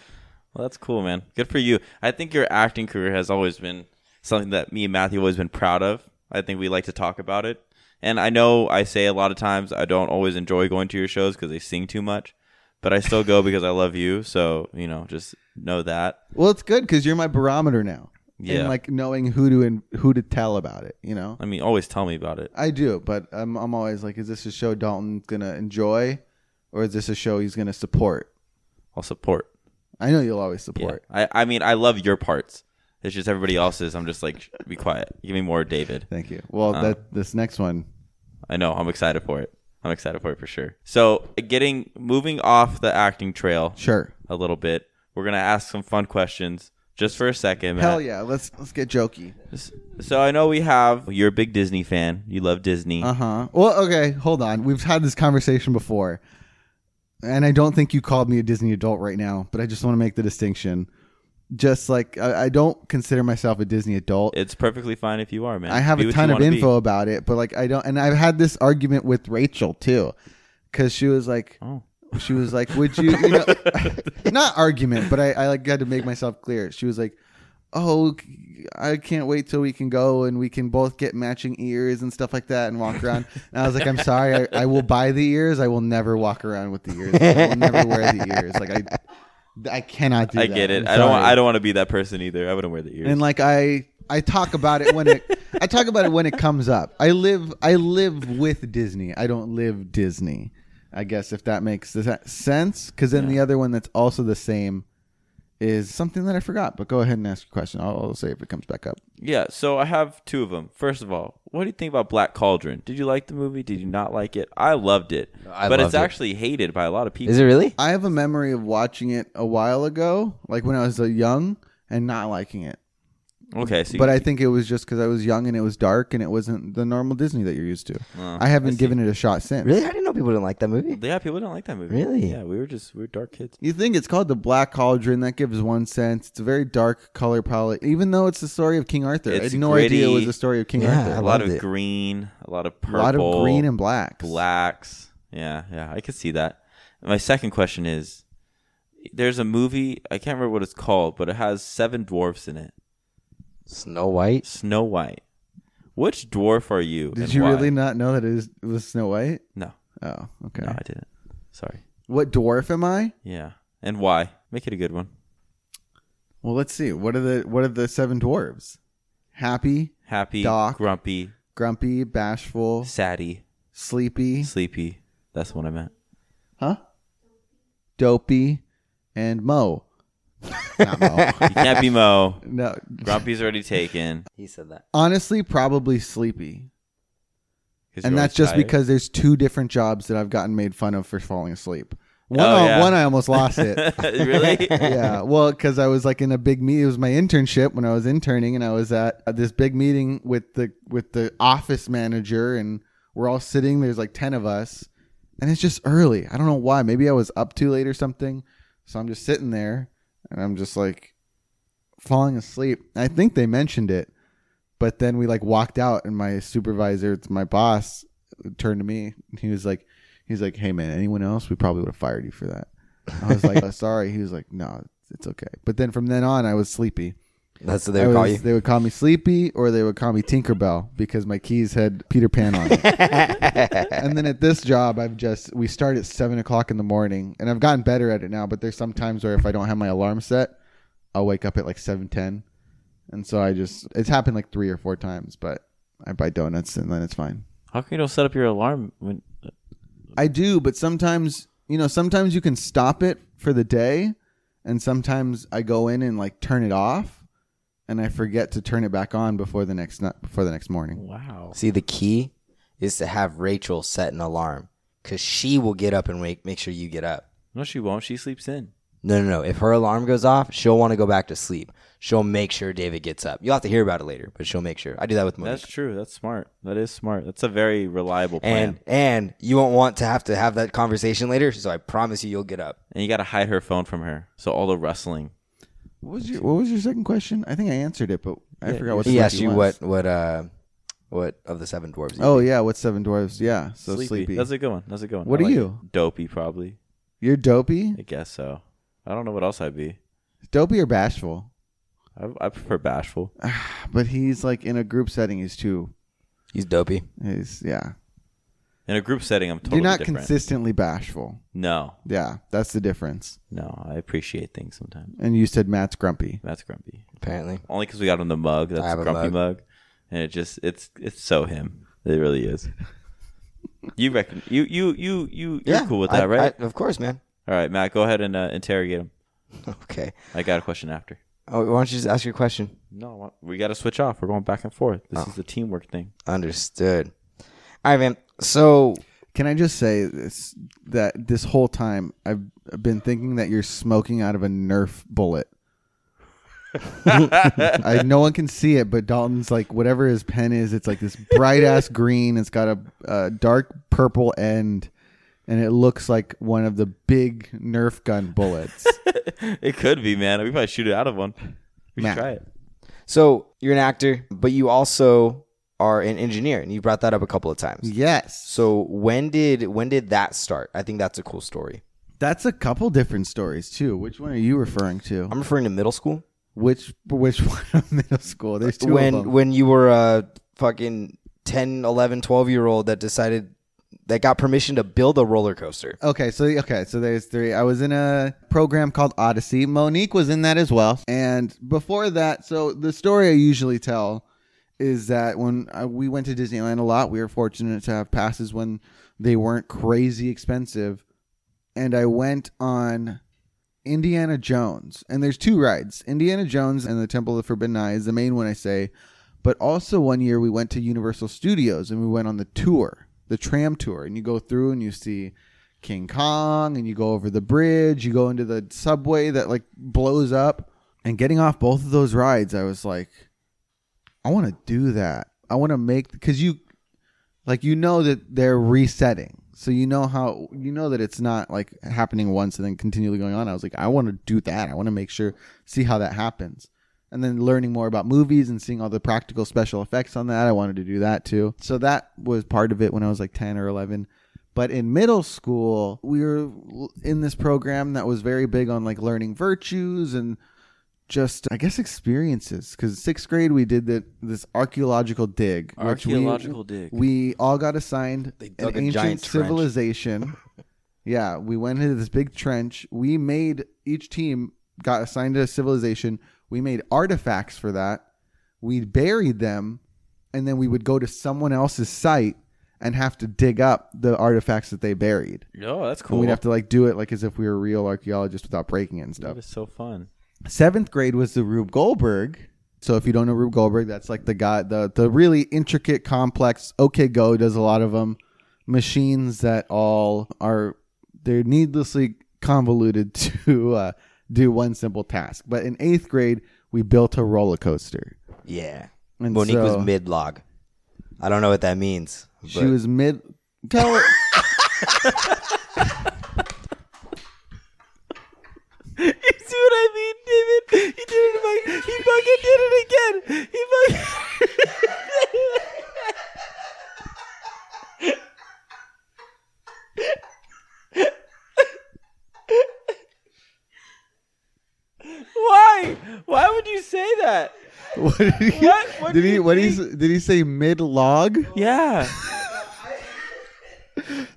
Speaker 1: Well, that's cool, man. Good for you. I think your acting career has always been something that me and Matthew have always been proud of. I think we like to talk about it. And I know I say a lot of times I don't always enjoy going to your shows because they sing too much, but I still go because I love you. So, you know, just know that.
Speaker 3: Well, it's good because you're my barometer now.
Speaker 1: Yeah.
Speaker 3: And like knowing who to and who to tell about it, you know.
Speaker 1: I mean, always tell me about it.
Speaker 3: I do, but I'm I'm always like, is this a show Dalton's gonna enjoy, or is this a show he's gonna support?
Speaker 1: I'll support.
Speaker 3: I know you'll always
Speaker 1: Yeah.
Speaker 3: support.
Speaker 1: I, I mean, I love your parts. It's just everybody else's. I'm just like, be quiet. Give me more David.
Speaker 3: Thank you. Well,
Speaker 1: Uh.
Speaker 3: that this next one,
Speaker 1: I know. I'm excited for it. I'm excited for it for sure. So, getting moving off the acting trail
Speaker 3: sure.
Speaker 1: a little bit, we're gonna ask some fun questions just for a second. Matt.
Speaker 3: Hell yeah, let's let's get jokey.
Speaker 1: So I know we have. You're a big Disney fan. You love Disney.
Speaker 3: Uh huh. Well, okay, hold on. We've had this conversation before, and I don't think you called me a Disney adult right now, but I just want to make the distinction. Just like I, I don't consider myself a Disney adult.
Speaker 1: It's perfectly fine if you are, man.
Speaker 3: I have
Speaker 1: Be
Speaker 3: a
Speaker 1: what
Speaker 3: ton
Speaker 1: you
Speaker 3: of
Speaker 1: wanna be.
Speaker 3: info about it, but like I don't. And I've had this argument with Rachel too, because she was like,
Speaker 1: Oh.
Speaker 3: she was like, would you,
Speaker 1: *laughs*
Speaker 3: you know, *laughs* not argument, but I, I like had to make myself clear. She was like, oh, I can't wait till we can go and we can both get matching ears and stuff like that and walk around. And I was like, I'm sorry, I, I will buy the ears. I will never walk around with the ears. I will never wear the ears. Like I, I cannot do
Speaker 1: I
Speaker 3: that.
Speaker 1: get it.
Speaker 3: I'm
Speaker 1: I don't.
Speaker 3: sorry.
Speaker 1: I don't want to be that person either. I wouldn't wear the ears.
Speaker 3: And like I, I talk about it when it, I talk about it when it comes up. I live, I live with Disney. I don't live Disney. I guess if that makes does that sense, because then the other one that's also the same is something that I forgot. But go ahead and ask your question. I'll, I'll say if it comes back up.
Speaker 1: yeah. So I have two of them. First of all, what do you think about Black Cauldron? Did you like the movie? Did you not like it? I loved it,
Speaker 2: I
Speaker 1: but
Speaker 2: loved
Speaker 1: it's
Speaker 2: it.
Speaker 1: actually hated by a lot of people.
Speaker 2: Is it really?
Speaker 3: I have a memory of watching it a while ago, like when I was uh, young, and not liking it.
Speaker 1: okay. So
Speaker 3: But I think it was just because I was young and it was dark and it wasn't the normal Disney that you're used to.
Speaker 1: Oh,
Speaker 3: I haven't given it a shot since.
Speaker 2: Really? I didn't know people didn't like that movie.
Speaker 1: yeah, people don't like that movie.
Speaker 2: Really?
Speaker 1: Yeah, we were just we were dark kids.
Speaker 3: You think it's called the Black Cauldron? That gives one sense. It's a very dark color palette, even though it's the story of King Arthur. I
Speaker 1: It's
Speaker 3: had no
Speaker 1: gritty.
Speaker 3: idea it was the story of King
Speaker 2: Yeah, I
Speaker 1: A
Speaker 3: Arthur.
Speaker 1: lot
Speaker 2: loved
Speaker 1: of
Speaker 2: it.
Speaker 1: green, a lot of
Speaker 3: A
Speaker 1: purple,
Speaker 3: lot of green and blacks.
Speaker 1: blacks. Yeah, yeah, I could see that. My second question is there's a movie, I can't remember what it's called, but it has seven dwarfs in it.
Speaker 2: Snow White.
Speaker 1: Snow White. Which dwarf are you?
Speaker 3: Did
Speaker 1: and
Speaker 3: you
Speaker 1: why?
Speaker 3: really not know that it, is, it was Snow White?
Speaker 1: No,
Speaker 3: Oh, okay.
Speaker 1: no, I didn't. Sorry.
Speaker 3: What dwarf am I?
Speaker 1: Yeah. And why? Make it a good one.
Speaker 3: Well, let's see. What are the What are the seven dwarves? Happy,
Speaker 1: Happy,
Speaker 3: Doc.
Speaker 1: grumpy,
Speaker 3: grumpy, bashful,
Speaker 1: saddy,
Speaker 3: sleepy,
Speaker 1: sleepy. That's the one I meant.
Speaker 3: huh? Dopey, and Mo. Not Mo.
Speaker 1: You can't be Mo.
Speaker 3: no,
Speaker 1: Grumpy's already taken.
Speaker 2: He said that.
Speaker 3: honestly, probably sleepy.
Speaker 1: 'cause
Speaker 3: and
Speaker 1: you're
Speaker 3: that's
Speaker 1: always
Speaker 3: just
Speaker 1: tired.
Speaker 3: because there's two different jobs that I've gotten made fun of for falling asleep. One,
Speaker 1: Oh,
Speaker 3: I-
Speaker 1: yeah.
Speaker 3: one I almost lost
Speaker 1: *laughs*
Speaker 3: it.
Speaker 1: really?
Speaker 3: *laughs* yeah, well, because I was like in a big meeting. It was my internship when I was interning, and I was at this big meeting with the with the office manager, and we're all sitting. There's like ten of us, and it's just early. I don't know why. Maybe I was up too late or something. So I'm just sitting there, and I'm just like falling asleep. I think they mentioned it, but then we like walked out, and my supervisor, it's my boss, turned to me. and He was like, he's like, hey man, anyone else? We probably would have fired you for that. I was like, oh, *laughs* sorry. He was like, no, it's okay. But then from then on, I was sleepy.
Speaker 2: That's what they
Speaker 3: I
Speaker 2: would call
Speaker 3: was-
Speaker 2: you.
Speaker 3: They would call me sleepy, or they would call me Tinkerbell because my keys had Peter
Speaker 2: *laughs*
Speaker 3: Pan on. Them. and then at this job, I've just we start at seven o'clock in the morning, and I've gotten better at it now. But there's some times where if I don't have my alarm set, I'll wake up at like seven ten, and so I just it's happened like three or four times. But I buy donuts, and then it's fine.
Speaker 1: How come you don't set up your alarm when
Speaker 3: I do, but sometimes you know, sometimes you can stop it for the day, and sometimes I go in and like turn it off, and I forget to turn it back on before the next night before the next morning.
Speaker 1: Wow.
Speaker 2: See, the key is to have Rachel set an alarm because she will get up and wake, make sure you get up.
Speaker 1: No, she won't. She sleeps in.
Speaker 2: No, no, no. If her alarm goes off, she'll want to go back to sleep. She'll make sure David gets up. You'll have to hear about it later, but she'll make sure. I do that with Monique.
Speaker 1: That's true. That's smart. That is smart. That's a very reliable plan.
Speaker 2: and
Speaker 1: And,
Speaker 2: and you won't want to have to have that conversation later, so I promise you, you'll get up.
Speaker 1: you got to hide her phone from her. So all the rustling.
Speaker 3: What was your What was your second question? I think I answered it, but I forgot what. the
Speaker 2: He asked
Speaker 3: question
Speaker 2: you
Speaker 3: was.
Speaker 2: what what uh What of the seven dwarves?
Speaker 3: Oh yeah, what's Seven Dwarfs? Yeah, so
Speaker 1: sleepy.
Speaker 3: sleepy.
Speaker 1: That's a good one. That's a good one.
Speaker 3: what
Speaker 1: I
Speaker 3: are
Speaker 1: like
Speaker 3: you?
Speaker 1: it. Dopey, probably.
Speaker 3: You're dopey,
Speaker 1: I guess so. I don't know what else I'd be.
Speaker 3: dopey or bashful?
Speaker 1: I, I prefer bashful.
Speaker 3: But he's like in a group setting. He's too.
Speaker 2: he's dopey.
Speaker 3: He's yeah.
Speaker 1: In a group setting, I'm totally
Speaker 3: You're not
Speaker 1: different.
Speaker 3: consistently bashful.
Speaker 1: no,
Speaker 3: Yeah, that's the difference.
Speaker 1: no, I appreciate things sometimes.
Speaker 3: And you said Matt's grumpy.
Speaker 1: That's grumpy.
Speaker 2: Apparently,
Speaker 1: Only because we got him the mug. That's
Speaker 2: have
Speaker 1: a
Speaker 2: a
Speaker 1: grumpy mug. and it just it's it's so him. It really is. you reckon you you you you you're cool with that,
Speaker 2: I-
Speaker 1: right?
Speaker 2: I- of course, man. *laughs*
Speaker 1: All right, Matt, go ahead and uh, interrogate him.
Speaker 2: Okay.
Speaker 1: I got a question after.
Speaker 2: Oh, why don't you just ask your question?
Speaker 1: No, I want- we got to switch off. We're going back and forth. This is the teamwork thing.
Speaker 2: Understood. All right, man. So
Speaker 3: Can I just say this, that this whole time I've been thinking that you're smoking out of a Nerf bullet. I, no one can see it, but Dalton's like whatever his pen is. It's like this bright ass green. It's got a, a dark purple end, and it looks like one of the big Nerf gun bullets.
Speaker 1: *laughs* It could be, man. We probably shoot it out of one. We should
Speaker 3: Matt.
Speaker 1: try it.
Speaker 2: So you're an actor, but you also are an engineer, and you brought that up a couple of times.
Speaker 3: yes,
Speaker 2: So when did when did that start? I think that's a cool story.
Speaker 3: that's a couple different stories too. Which one are you referring to?
Speaker 2: I'm referring to middle school
Speaker 3: Which which *laughs* one of middle school? There's two
Speaker 2: when
Speaker 3: of them.
Speaker 2: when you were a fucking 10, 11, 12 year old that decided that got permission to build a roller coaster.
Speaker 3: Okay, so okay, so there's three. I was in a program called Odyssey. Monique was in that as well. And before that, so the story I usually tell is that when uh, we went to Disneyland a lot, we were fortunate to have passes when they weren't crazy expensive. And I went on Indiana Jones, and there's two rides: Indiana Jones and the Temple of the Forbidden Eye is the main one I say. But also one year we went to Universal Studios and we went on the tour, the tram tour, and you go through and you see King Kong and you go over the bridge, you go into the subway that like blows up. And getting off both of those rides, I was like, I want to do that. I want to make because you, like, you know that they're resetting, so you know how you know that it's not like happening once and then continually going on. I was like, I want to do that. I want to make sure see how that happens, and then learning more about movies and seeing all the practical special effects on that. I wanted to do that too. So that was part of it when I was like ten or eleven. But in middle school, we were in this program that was very big on like learning virtues and just I guess experiences because sixth grade we did the, this archaeological dig. which we-
Speaker 1: Archaeological dig.
Speaker 3: We all got assigned
Speaker 2: They
Speaker 3: an
Speaker 2: dug a
Speaker 3: ancient
Speaker 2: giant trench. *laughs*
Speaker 3: civilization. yeah, we went into this big trench. We made each team got assigned a civilization. We made artifacts for that. We buried them, and then we would go to someone else's site and have to dig up the artifacts that they buried.
Speaker 1: Oh, that's
Speaker 3: And
Speaker 1: cool.
Speaker 3: we'd have to like do it like as if we were real archaeologists without breaking it and stuff.
Speaker 1: That is so fun.
Speaker 3: Seventh grade was the Rube Goldberg. So if you don't know Rube Goldberg, that's like the guy, the the really intricate, complex. OK Go does a lot of them. Machines that all are they're needlessly convoluted *laughs* to uh, do one simple task. But in eighth grade, we built a roller coaster.
Speaker 2: Yeah.
Speaker 3: And
Speaker 2: Monique
Speaker 3: so-
Speaker 2: was mid log. I don't know what that means. But
Speaker 3: She was mid. Tell her.
Speaker 1: *laughs*
Speaker 3: *laughs*
Speaker 1: you see what I mean, David? He did it. Like, he fucking did it again. He fucking. *laughs* Why? Why would you say that?
Speaker 3: What did he?
Speaker 1: What? What
Speaker 3: did
Speaker 1: do
Speaker 3: he?
Speaker 1: you
Speaker 3: What did he? s- Did he say mid log?
Speaker 1: Yeah.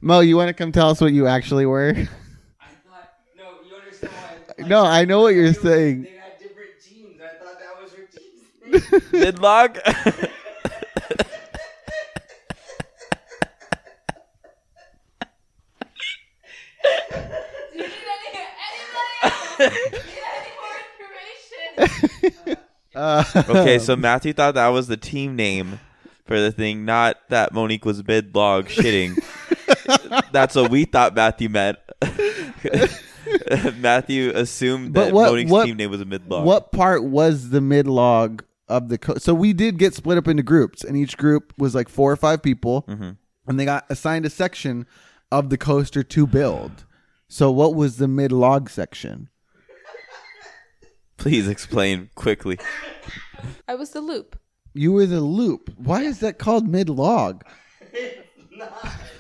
Speaker 3: Mo, you want to come tell us what you actually were? *laughs*
Speaker 5: thought, no, you understand why.
Speaker 3: No, I know what you're saying.
Speaker 5: They had different genes. I thought that was her genes.
Speaker 1: *laughs* Midlog. *laughs*
Speaker 4: Do you need any, anybody else? need any more information?
Speaker 3: Uh, *laughs*
Speaker 1: okay, so Matthew thought that was the team name for the thing, not that Monique was mid log
Speaker 3: *laughs*
Speaker 1: shitting. That's what we thought Matthew meant. *laughs* Matthew assumed
Speaker 3: But
Speaker 1: that
Speaker 3: what-
Speaker 1: Monique's
Speaker 3: what-
Speaker 1: team name was a mid log.
Speaker 3: What part was the mid log of the co- so we did get split up into groups, and each group was like four or five people, and they got assigned a section of the coaster to build. So what was the mid log section?
Speaker 1: Please explain quickly.
Speaker 4: I was the loop.
Speaker 3: You were the loop. Why is that called mid log?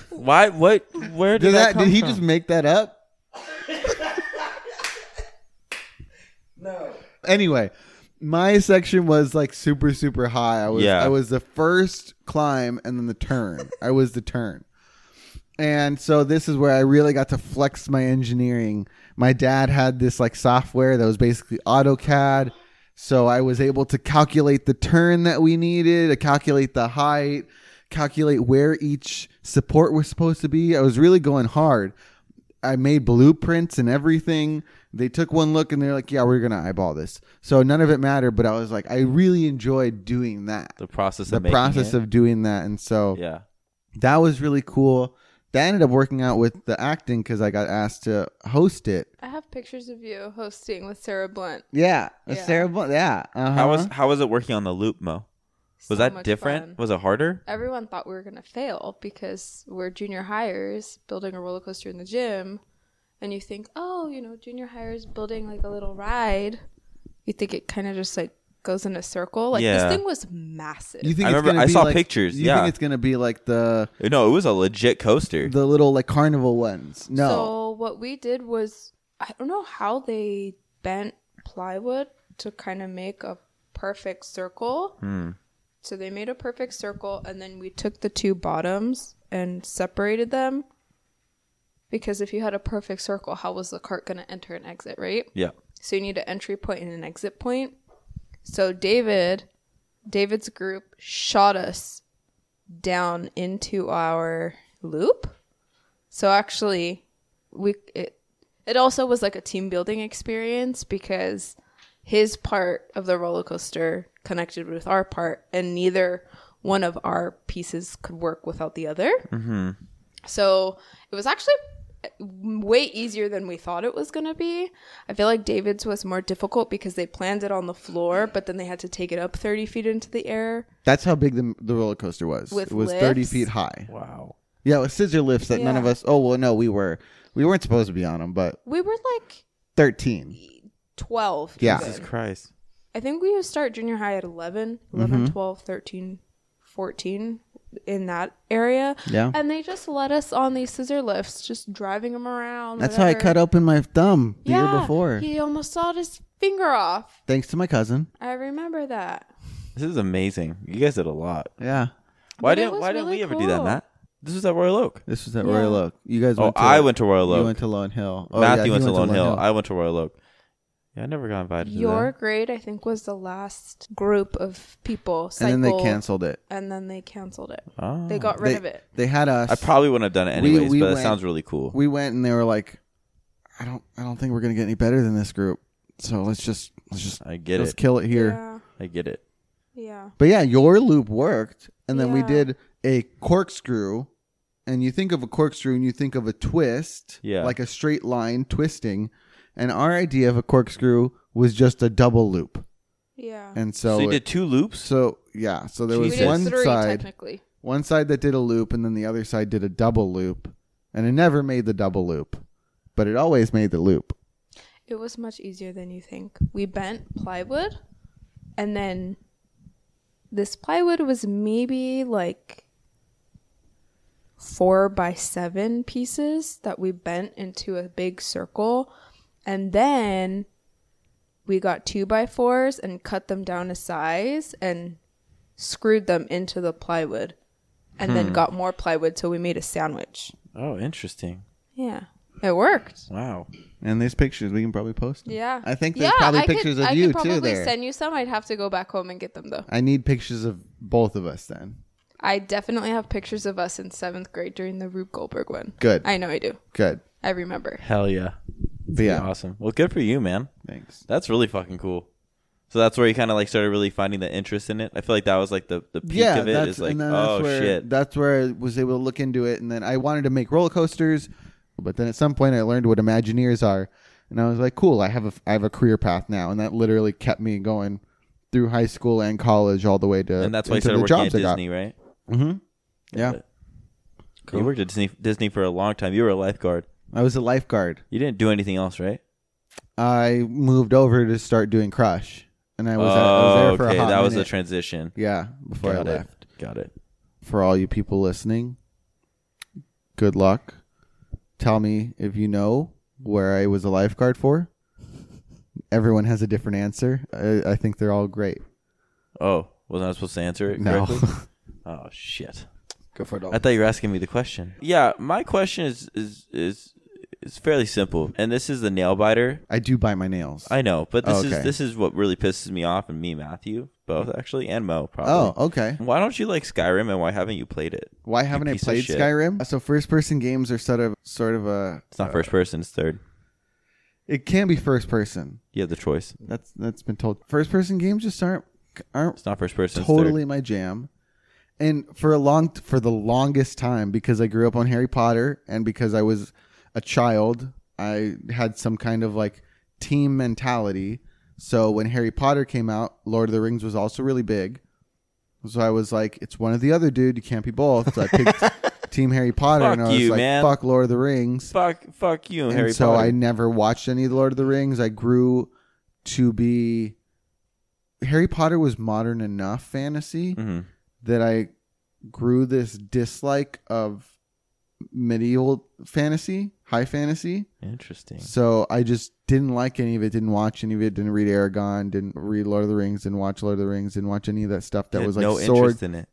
Speaker 1: Why? What? Where did,
Speaker 3: Did
Speaker 1: that?
Speaker 3: that?
Speaker 1: come
Speaker 3: Did he
Speaker 1: from?
Speaker 3: just make that up?
Speaker 5: No.
Speaker 3: anyway, my section was like super super high. I was
Speaker 1: Yeah.
Speaker 3: I was the first climb and then the turn. I was the turn. And so this is where I really got to flex my engineering. My dad had this like software that was basically AutoCAD. So I was able to calculate the turn that we needed, to calculate the height, calculate where each support was supposed to be. I was really going hard. I made blueprints and everything. They took one look and they're like, "Yeah, we're gonna eyeball this." So none of it mattered, but I was like, I really enjoyed doing that.
Speaker 1: the process
Speaker 3: The
Speaker 1: of making
Speaker 3: process
Speaker 1: it.
Speaker 3: of doing that, and so
Speaker 1: yeah.
Speaker 3: that was really cool. That ended up working out with the acting because I got asked to host it.
Speaker 4: I have pictures of you hosting with Sarah Blunt.
Speaker 3: Yeah,
Speaker 4: that's Yeah.
Speaker 3: terrible. Yeah, uh-huh.
Speaker 1: How was how was it working on the loop, Mo? Was
Speaker 4: So
Speaker 1: that
Speaker 4: much
Speaker 1: different?
Speaker 4: fun.
Speaker 1: Was it harder?
Speaker 4: Everyone thought we were going to fail because we're junior hires building a roller coaster in the gym. And you think, oh, you know, junior hires building like a little ride. You think it kind of just like goes in a circle. Like
Speaker 1: Yeah.
Speaker 4: this thing was massive.
Speaker 3: You think
Speaker 1: I
Speaker 3: it's
Speaker 1: remember-
Speaker 3: gonna
Speaker 1: I
Speaker 3: be
Speaker 1: saw
Speaker 3: like-
Speaker 1: pictures,
Speaker 3: You
Speaker 1: yeah.
Speaker 3: think it's gonna be like the
Speaker 1: No, it was a legit coaster.
Speaker 3: the little like carnival ones? No,
Speaker 4: So what we did was I don't know how they bent plywood to kind of make a perfect circle. So they made a perfect circle and then we took the two bottoms and separated them. Because if you had a perfect circle, how was the cart going to enter and exit, right?
Speaker 1: yeah.
Speaker 4: So you need an entry point and an exit point. So David, David's group shot us down into our loop. So actually, we it, it also was like a team building experience because his part of the roller coaster connected with our part, and neither one of our pieces could work without the other. So it was actually mm, way easier than we thought it was going to be. I feel like David's was more difficult because they planned it on the floor, but then they had to take it up 30 feet into the air.
Speaker 3: that's how big the, the roller coaster was.
Speaker 4: With
Speaker 3: it was thirty
Speaker 4: lifts?
Speaker 3: feet high.
Speaker 1: Wow.
Speaker 3: Yeah, it was scissor lifts that none of
Speaker 4: Yeah.
Speaker 3: us. Oh well, no, we were we weren't supposed to be on them, but
Speaker 4: We were like
Speaker 3: thirteen.
Speaker 4: 12.
Speaker 3: Yeah.
Speaker 4: even.
Speaker 1: Jesus Christ.
Speaker 4: I think we would start junior high at 11, 11,
Speaker 3: Mm-hmm.
Speaker 4: 12, 13, 14 in that area.
Speaker 3: Yeah,
Speaker 4: And they just let us on these scissor lifts, just driving them around.
Speaker 3: that's how I
Speaker 4: whatever.
Speaker 3: cut open my thumb the
Speaker 4: yeah,
Speaker 3: year before,
Speaker 4: He almost sawed his finger off.
Speaker 3: thanks to my cousin.
Speaker 4: I remember that.
Speaker 1: This is amazing. You guys did a lot.
Speaker 3: Yeah,
Speaker 1: Why
Speaker 4: But it
Speaker 1: didn't
Speaker 4: was
Speaker 1: Why didn't
Speaker 4: really
Speaker 1: we ever do that,
Speaker 4: cool.
Speaker 1: Matt? This was at Royal Oak.
Speaker 3: this was at
Speaker 4: Yeah.
Speaker 3: Royal Oak. You guys.
Speaker 1: Oh,
Speaker 3: went to,
Speaker 1: I went to Royal
Speaker 3: You
Speaker 1: Oak.
Speaker 3: went to Lone Hill. Oh, yeah,
Speaker 1: Matthew
Speaker 3: he
Speaker 1: went to Lone Hill. I went to Royal Oak. Yeah, I never got invited. to
Speaker 4: Your
Speaker 1: that.
Speaker 4: grade, I think, was the last group of people.
Speaker 3: and
Speaker 4: Cycle,
Speaker 3: then they canceled it.
Speaker 4: And then they canceled it.
Speaker 1: Oh.
Speaker 4: They got rid
Speaker 3: They-
Speaker 4: of it.
Speaker 3: They had us.
Speaker 1: I probably wouldn't have done it
Speaker 3: We-
Speaker 1: anyways,
Speaker 3: we
Speaker 1: but that
Speaker 3: went-
Speaker 1: sounds really cool.
Speaker 3: we went and they were like, I don't, I don't think we're gonna get any better than this group. So let's just, let's just,
Speaker 1: I get
Speaker 3: let's
Speaker 1: it.
Speaker 3: kill it here.
Speaker 1: I get it.
Speaker 4: Yeah. Yeah.
Speaker 3: But yeah, your loop worked, and then we
Speaker 4: Yeah.
Speaker 3: did a corkscrew. And you think of a corkscrew, and you think of a twist,
Speaker 1: Yeah.
Speaker 3: like a straight line twisting. And our idea of a corkscrew was just a double loop,
Speaker 4: Yeah.
Speaker 3: and so
Speaker 1: So, you
Speaker 3: it-
Speaker 1: did two loops.
Speaker 3: so yeah, so there
Speaker 1: We
Speaker 3: was
Speaker 1: did
Speaker 3: one
Speaker 4: three,
Speaker 3: side,
Speaker 4: technically.
Speaker 3: one side that did a loop, and then the other side did a double loop, and it never made the double loop, but it always made the loop.
Speaker 4: It was much easier than you think. We bent plywood, and then this plywood was maybe like four by seven pieces that we bent into a big circle. And then we got two by fours and cut them down to size and screwed them into the plywood. And then got more plywood, so we made a sandwich.
Speaker 1: Oh, interesting.
Speaker 4: Yeah. It worked.
Speaker 1: Wow.
Speaker 3: And these pictures we can probably post. Them.
Speaker 4: Yeah.
Speaker 3: I think there's probably pictures of
Speaker 4: I
Speaker 3: you
Speaker 4: could probably
Speaker 3: too. There,
Speaker 4: send you some. I'd have to go back home and get them though.
Speaker 3: I need pictures of both of us then.
Speaker 4: I definitely have pictures of us in seventh grade during the Rube Goldberg one.
Speaker 3: Good.
Speaker 4: I know I do.
Speaker 3: Good.
Speaker 4: I remember.
Speaker 1: Hell yeah.
Speaker 3: But yeah.
Speaker 1: Awesome. Well, good for you, man.
Speaker 3: Thanks.
Speaker 1: That's really fucking cool. So that's where you kind of like started really finding the interest in it. I feel like that was like the the peak
Speaker 3: Yeah,
Speaker 1: of it
Speaker 3: that's,
Speaker 1: is like
Speaker 3: and then
Speaker 1: oh
Speaker 3: that's where,
Speaker 1: shit.
Speaker 3: That's where I was able to look into it, and then I wanted to make roller coasters, but then at some point I learned what Imagineers are, and I was like, cool, I have a I have a career path now, and that literally kept me going through high school and college all the way to
Speaker 1: and that's why you
Speaker 3: into
Speaker 1: started
Speaker 3: the
Speaker 1: working at
Speaker 3: jobs I got.
Speaker 1: Disney, right?
Speaker 3: Mm-hmm. Yeah,
Speaker 1: You worked at Disney Disney for a long time. You were a lifeguard.
Speaker 3: I was a lifeguard.
Speaker 1: You didn't do anything else, right?
Speaker 3: I moved over to start doing Crush, and I was, at, I was there for
Speaker 1: Oh, okay,
Speaker 3: a hot
Speaker 1: that was the
Speaker 3: minute.
Speaker 1: transition.
Speaker 3: yeah before
Speaker 1: Got
Speaker 3: I
Speaker 1: it.
Speaker 3: left.
Speaker 1: Got it.
Speaker 3: For all you people listening, good luck. Tell me if you know where I was a lifeguard for. Everyone has a different answer. I, I think they're all great.
Speaker 1: Oh, wasn't I supposed to answer it
Speaker 3: No.
Speaker 1: correctly?
Speaker 3: *laughs*
Speaker 1: Oh shit.
Speaker 2: Go for it,
Speaker 1: I thought you were asking me the question. Yeah, my question is is is is fairly simple, and this is the nail biter.
Speaker 3: I do bite my nails.
Speaker 1: I know, but this
Speaker 3: Okay.
Speaker 1: is this is what really pisses me off, and me, Matthew, both actually, and Mo probably.
Speaker 3: oh, okay.
Speaker 1: Why don't you like Skyrim, and why haven't you played it?
Speaker 3: Why haven't I
Speaker 1: piece of
Speaker 3: played
Speaker 1: shit.
Speaker 3: Skyrim? So first person games are sort of sort of a
Speaker 1: It's not first person; it's third.
Speaker 3: it can be first person.
Speaker 1: You have the choice.
Speaker 3: That's that's been told. First person games just aren't aren't
Speaker 1: It's not first person. it's
Speaker 3: totally my jam. And for a long for the longest time because I grew up on Harry Potter and because I was a child, I had some kind of like team mentality. So when Harry Potter came out, Lord of the Rings was also really big. So I was like, it's one or the other, dude. You can't be both. So I
Speaker 1: *laughs*
Speaker 3: picked Team Harry Potter and I
Speaker 1: Fuck
Speaker 3: was
Speaker 1: you,
Speaker 3: like,
Speaker 1: man.
Speaker 3: fuck Lord of the Rings.
Speaker 1: third. Fuck, fuck *laughs* you,
Speaker 3: and
Speaker 1: Harry
Speaker 3: so
Speaker 1: Potter.
Speaker 3: I never watched any of the Lord of the Rings. I grew to be Harry Potter was modern enough fantasy
Speaker 1: hmm
Speaker 3: that I grew this dislike of medieval fantasy, high fantasy.
Speaker 1: Interesting.
Speaker 3: So I just didn't like any of it, didn't watch any of it, didn't read Aragon, didn't read Lord of the Rings, didn't watch Lord of the Rings, didn't watch any of that stuff that
Speaker 1: Had
Speaker 3: was like
Speaker 1: no
Speaker 3: sword,
Speaker 1: interest in it.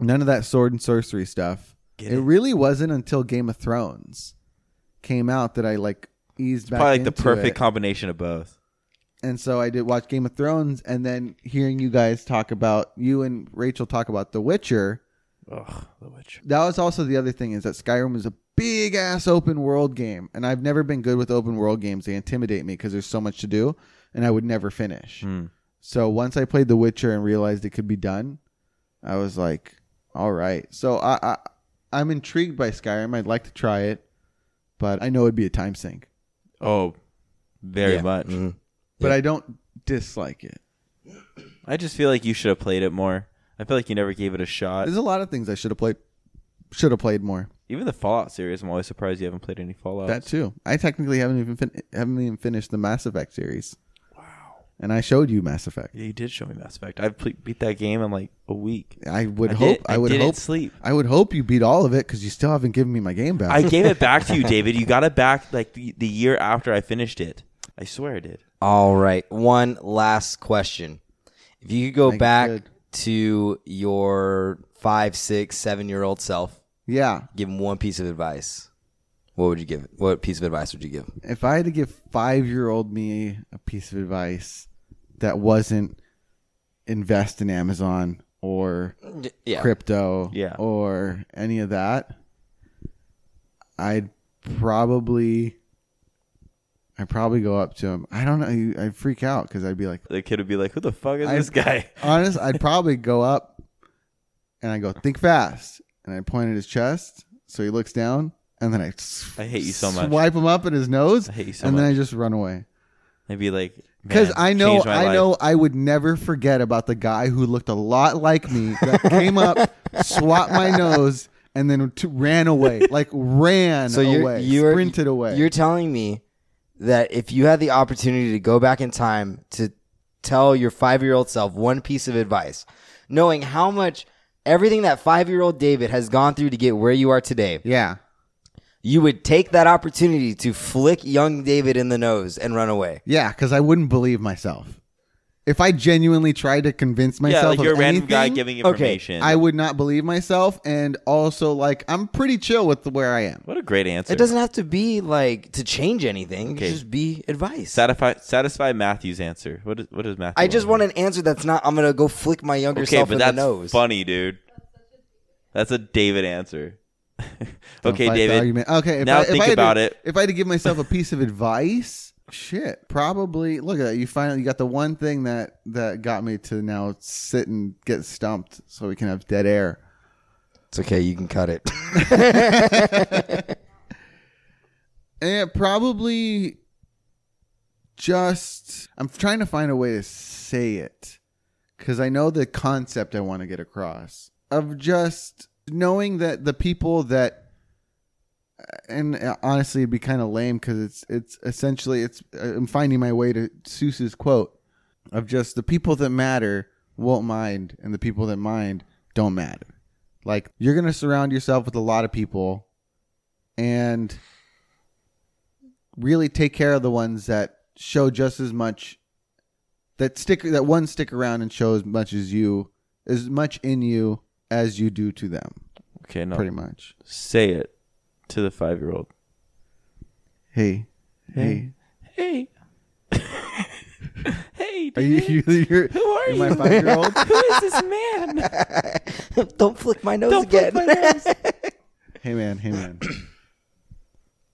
Speaker 3: none of that sword and sorcery stuff.
Speaker 1: Get
Speaker 3: it,
Speaker 1: it.
Speaker 3: really wasn't until Game of Thrones came out that I like eased back
Speaker 1: Probably like the
Speaker 3: into
Speaker 1: perfect
Speaker 3: it.
Speaker 1: combination of both.
Speaker 3: and so I did watch Game of Thrones, and then hearing you guys talk about you and Rachel talk about The Witcher,
Speaker 1: Ugh, The Witcher.
Speaker 3: that was also the other thing is that Skyrim is a big ass open world game, and I've never been good with open world games. They intimidate me because there's so much to do, and I would never finish.
Speaker 1: Hmm.
Speaker 3: So once I played The Witcher and realized it could be done, I was like, all right. So I, I I'm intrigued by Skyrim. I'd like to try it, but I know it'd be a time sink.
Speaker 1: Oh, very
Speaker 2: Yeah.
Speaker 1: much.
Speaker 2: Mhm.
Speaker 3: But
Speaker 2: Yeah.
Speaker 3: I don't dislike it.
Speaker 1: I just feel like you should have played it more. I feel like you never gave it a shot.
Speaker 3: There's a lot of things I should have played. Should have played more.
Speaker 1: Even the Fallout series, I'm always surprised you haven't played any Fallout.
Speaker 3: That too. I technically haven't even fin- haven't even finished the Mass Effect series. Wow. And I showed you Mass Effect.
Speaker 1: yeah, you did show me Mass Effect. I ple- beat that game in like a week.
Speaker 3: I would
Speaker 1: I
Speaker 3: hope.
Speaker 1: did-
Speaker 3: I would
Speaker 1: didn't
Speaker 3: hope.
Speaker 1: sleep.
Speaker 3: I would hope you beat all of it because you still haven't given me my game back.
Speaker 1: I gave it back to you, David. You got it back like the, the year after I finished it. I swear I did.
Speaker 2: All right. One last question. If you could go
Speaker 3: Make it
Speaker 2: back
Speaker 3: good.
Speaker 2: to your five, six, seven year old self,
Speaker 3: yeah.
Speaker 2: give him one piece of advice. What would you give? What piece of advice would you give?
Speaker 3: If I had to give five year old me a piece of advice that wasn't invest in Amazon or
Speaker 2: Yeah.
Speaker 3: crypto
Speaker 1: Yeah.
Speaker 3: or any of that, I'd probably I'd probably go up to him. I don't know. I'd freak out because I'd be like,
Speaker 1: The kid would be like, "Who the fuck is
Speaker 3: I-
Speaker 1: this
Speaker 3: *laughs*
Speaker 1: guy?"
Speaker 3: honest, I'd probably go up and I go, think fast. And I point at his chest. So he looks down. And then I, s-
Speaker 1: I hate you so much.
Speaker 3: Swipe him up at his nose.
Speaker 1: I hate you so
Speaker 3: and then I
Speaker 1: much.
Speaker 3: just run away.
Speaker 1: I'd be like,
Speaker 3: Because
Speaker 1: "Man,
Speaker 3: I know,
Speaker 1: changed my
Speaker 3: I
Speaker 1: life."
Speaker 3: know, I would never forget about the guy who looked a lot like me that came up, swapped my nose, and then t- ran away, like ran
Speaker 2: So you're,
Speaker 3: away,
Speaker 2: you're
Speaker 3: sprinted away.
Speaker 2: You're telling me that if you had the opportunity to go back in time to tell your five year old self one piece of advice, knowing how much everything that five year old David has gone through to get where you are today,
Speaker 3: yeah,
Speaker 2: you would take that opportunity to flick young David in the nose and run away.
Speaker 3: yeah, because I wouldn't believe myself if I genuinely tried to convince
Speaker 1: yeah,
Speaker 3: myself
Speaker 1: like you're a
Speaker 3: of
Speaker 1: random
Speaker 3: anything.
Speaker 1: guy giving information.
Speaker 3: I would not believe myself, and also like I'm pretty chill with where I am.
Speaker 1: what a great answer.
Speaker 2: It doesn't have to be like to change anything. It could
Speaker 1: Okay.
Speaker 2: Just be advice.
Speaker 1: satisfy satisfy Matthew's answer. What is what is Matthew?
Speaker 2: I just want an answer that's not. I'm gonna go flick my younger
Speaker 1: Okay,
Speaker 2: self
Speaker 1: but
Speaker 2: in
Speaker 1: that's
Speaker 2: the nose.
Speaker 1: funny, dude. That's a David
Speaker 3: *laughs*
Speaker 1: answer.
Speaker 3: Don't
Speaker 1: okay,
Speaker 3: fight the
Speaker 1: David.
Speaker 3: argument. Okay, if
Speaker 1: Now
Speaker 3: I, if
Speaker 1: think
Speaker 3: I had
Speaker 1: about
Speaker 3: to-
Speaker 1: it.
Speaker 3: If I had to give myself a piece of advice, shit, probably look at that. You finally you got the one thing that that got me to now sit and get stumped, so we can have dead air.
Speaker 2: It's okay. You can cut it.
Speaker 3: And probably just I'm trying to find a way to say it cuz I know the concept I want to get across of just knowing that the people that and uh, honestly uh, it'd be kind of lame cuz it's it's essentially it's I'm finding my way to Seuss's quote of just the people that matter won't mind and the people that mind don't matter. Like you're going to surround yourself with a lot of people and really take care of the ones that show just as much that stick that one stick around and show as much as you as much in you as you do to them.
Speaker 1: Okay, no.
Speaker 3: Pretty much.
Speaker 1: Say it to the five year old.
Speaker 3: Hey. Hey.
Speaker 1: Hey. hey,
Speaker 3: *laughs* Are you, you you're,
Speaker 1: Who are
Speaker 3: you're my five
Speaker 1: *laughs*
Speaker 3: year old?
Speaker 1: Who is this man? *laughs*
Speaker 2: Don't flick my nose again.
Speaker 3: Hey man, hey man.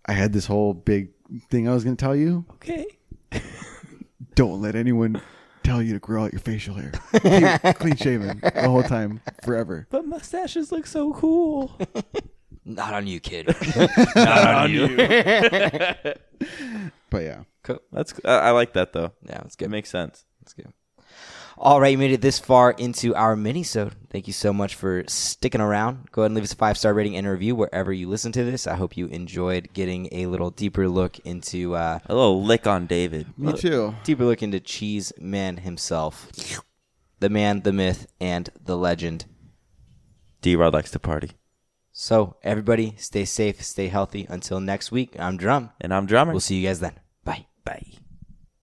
Speaker 3: I had this whole big thing I was gonna tell you.
Speaker 1: Okay.
Speaker 3: Don't let anyone tell you to grow out your facial hair.
Speaker 1: *laughs*
Speaker 3: Keep clean shaven the whole time, forever.
Speaker 1: But mustaches look so cool.
Speaker 2: *laughs* Not on you, kid. *laughs*
Speaker 3: But yeah,
Speaker 1: That's I, I like that though.
Speaker 2: yeah, it's
Speaker 1: It
Speaker 2: good.
Speaker 1: makes sense.
Speaker 2: That's good. All right, you made it this far into our mini-sode. Thank you so much for sticking around. Go ahead and leave us a five-star rating and a review wherever you listen to this. I hope you enjoyed getting a little deeper look into uh,
Speaker 1: A little lick on David.
Speaker 3: me too.
Speaker 2: deeper look into Cheese Man himself, the man, the myth, and the legend.
Speaker 1: D Rod likes to party.
Speaker 2: So everybody, stay safe, stay healthy. Until next week, I'm Drum.
Speaker 1: And I'm drummer.
Speaker 2: We'll see you guys then. Bye. Bye.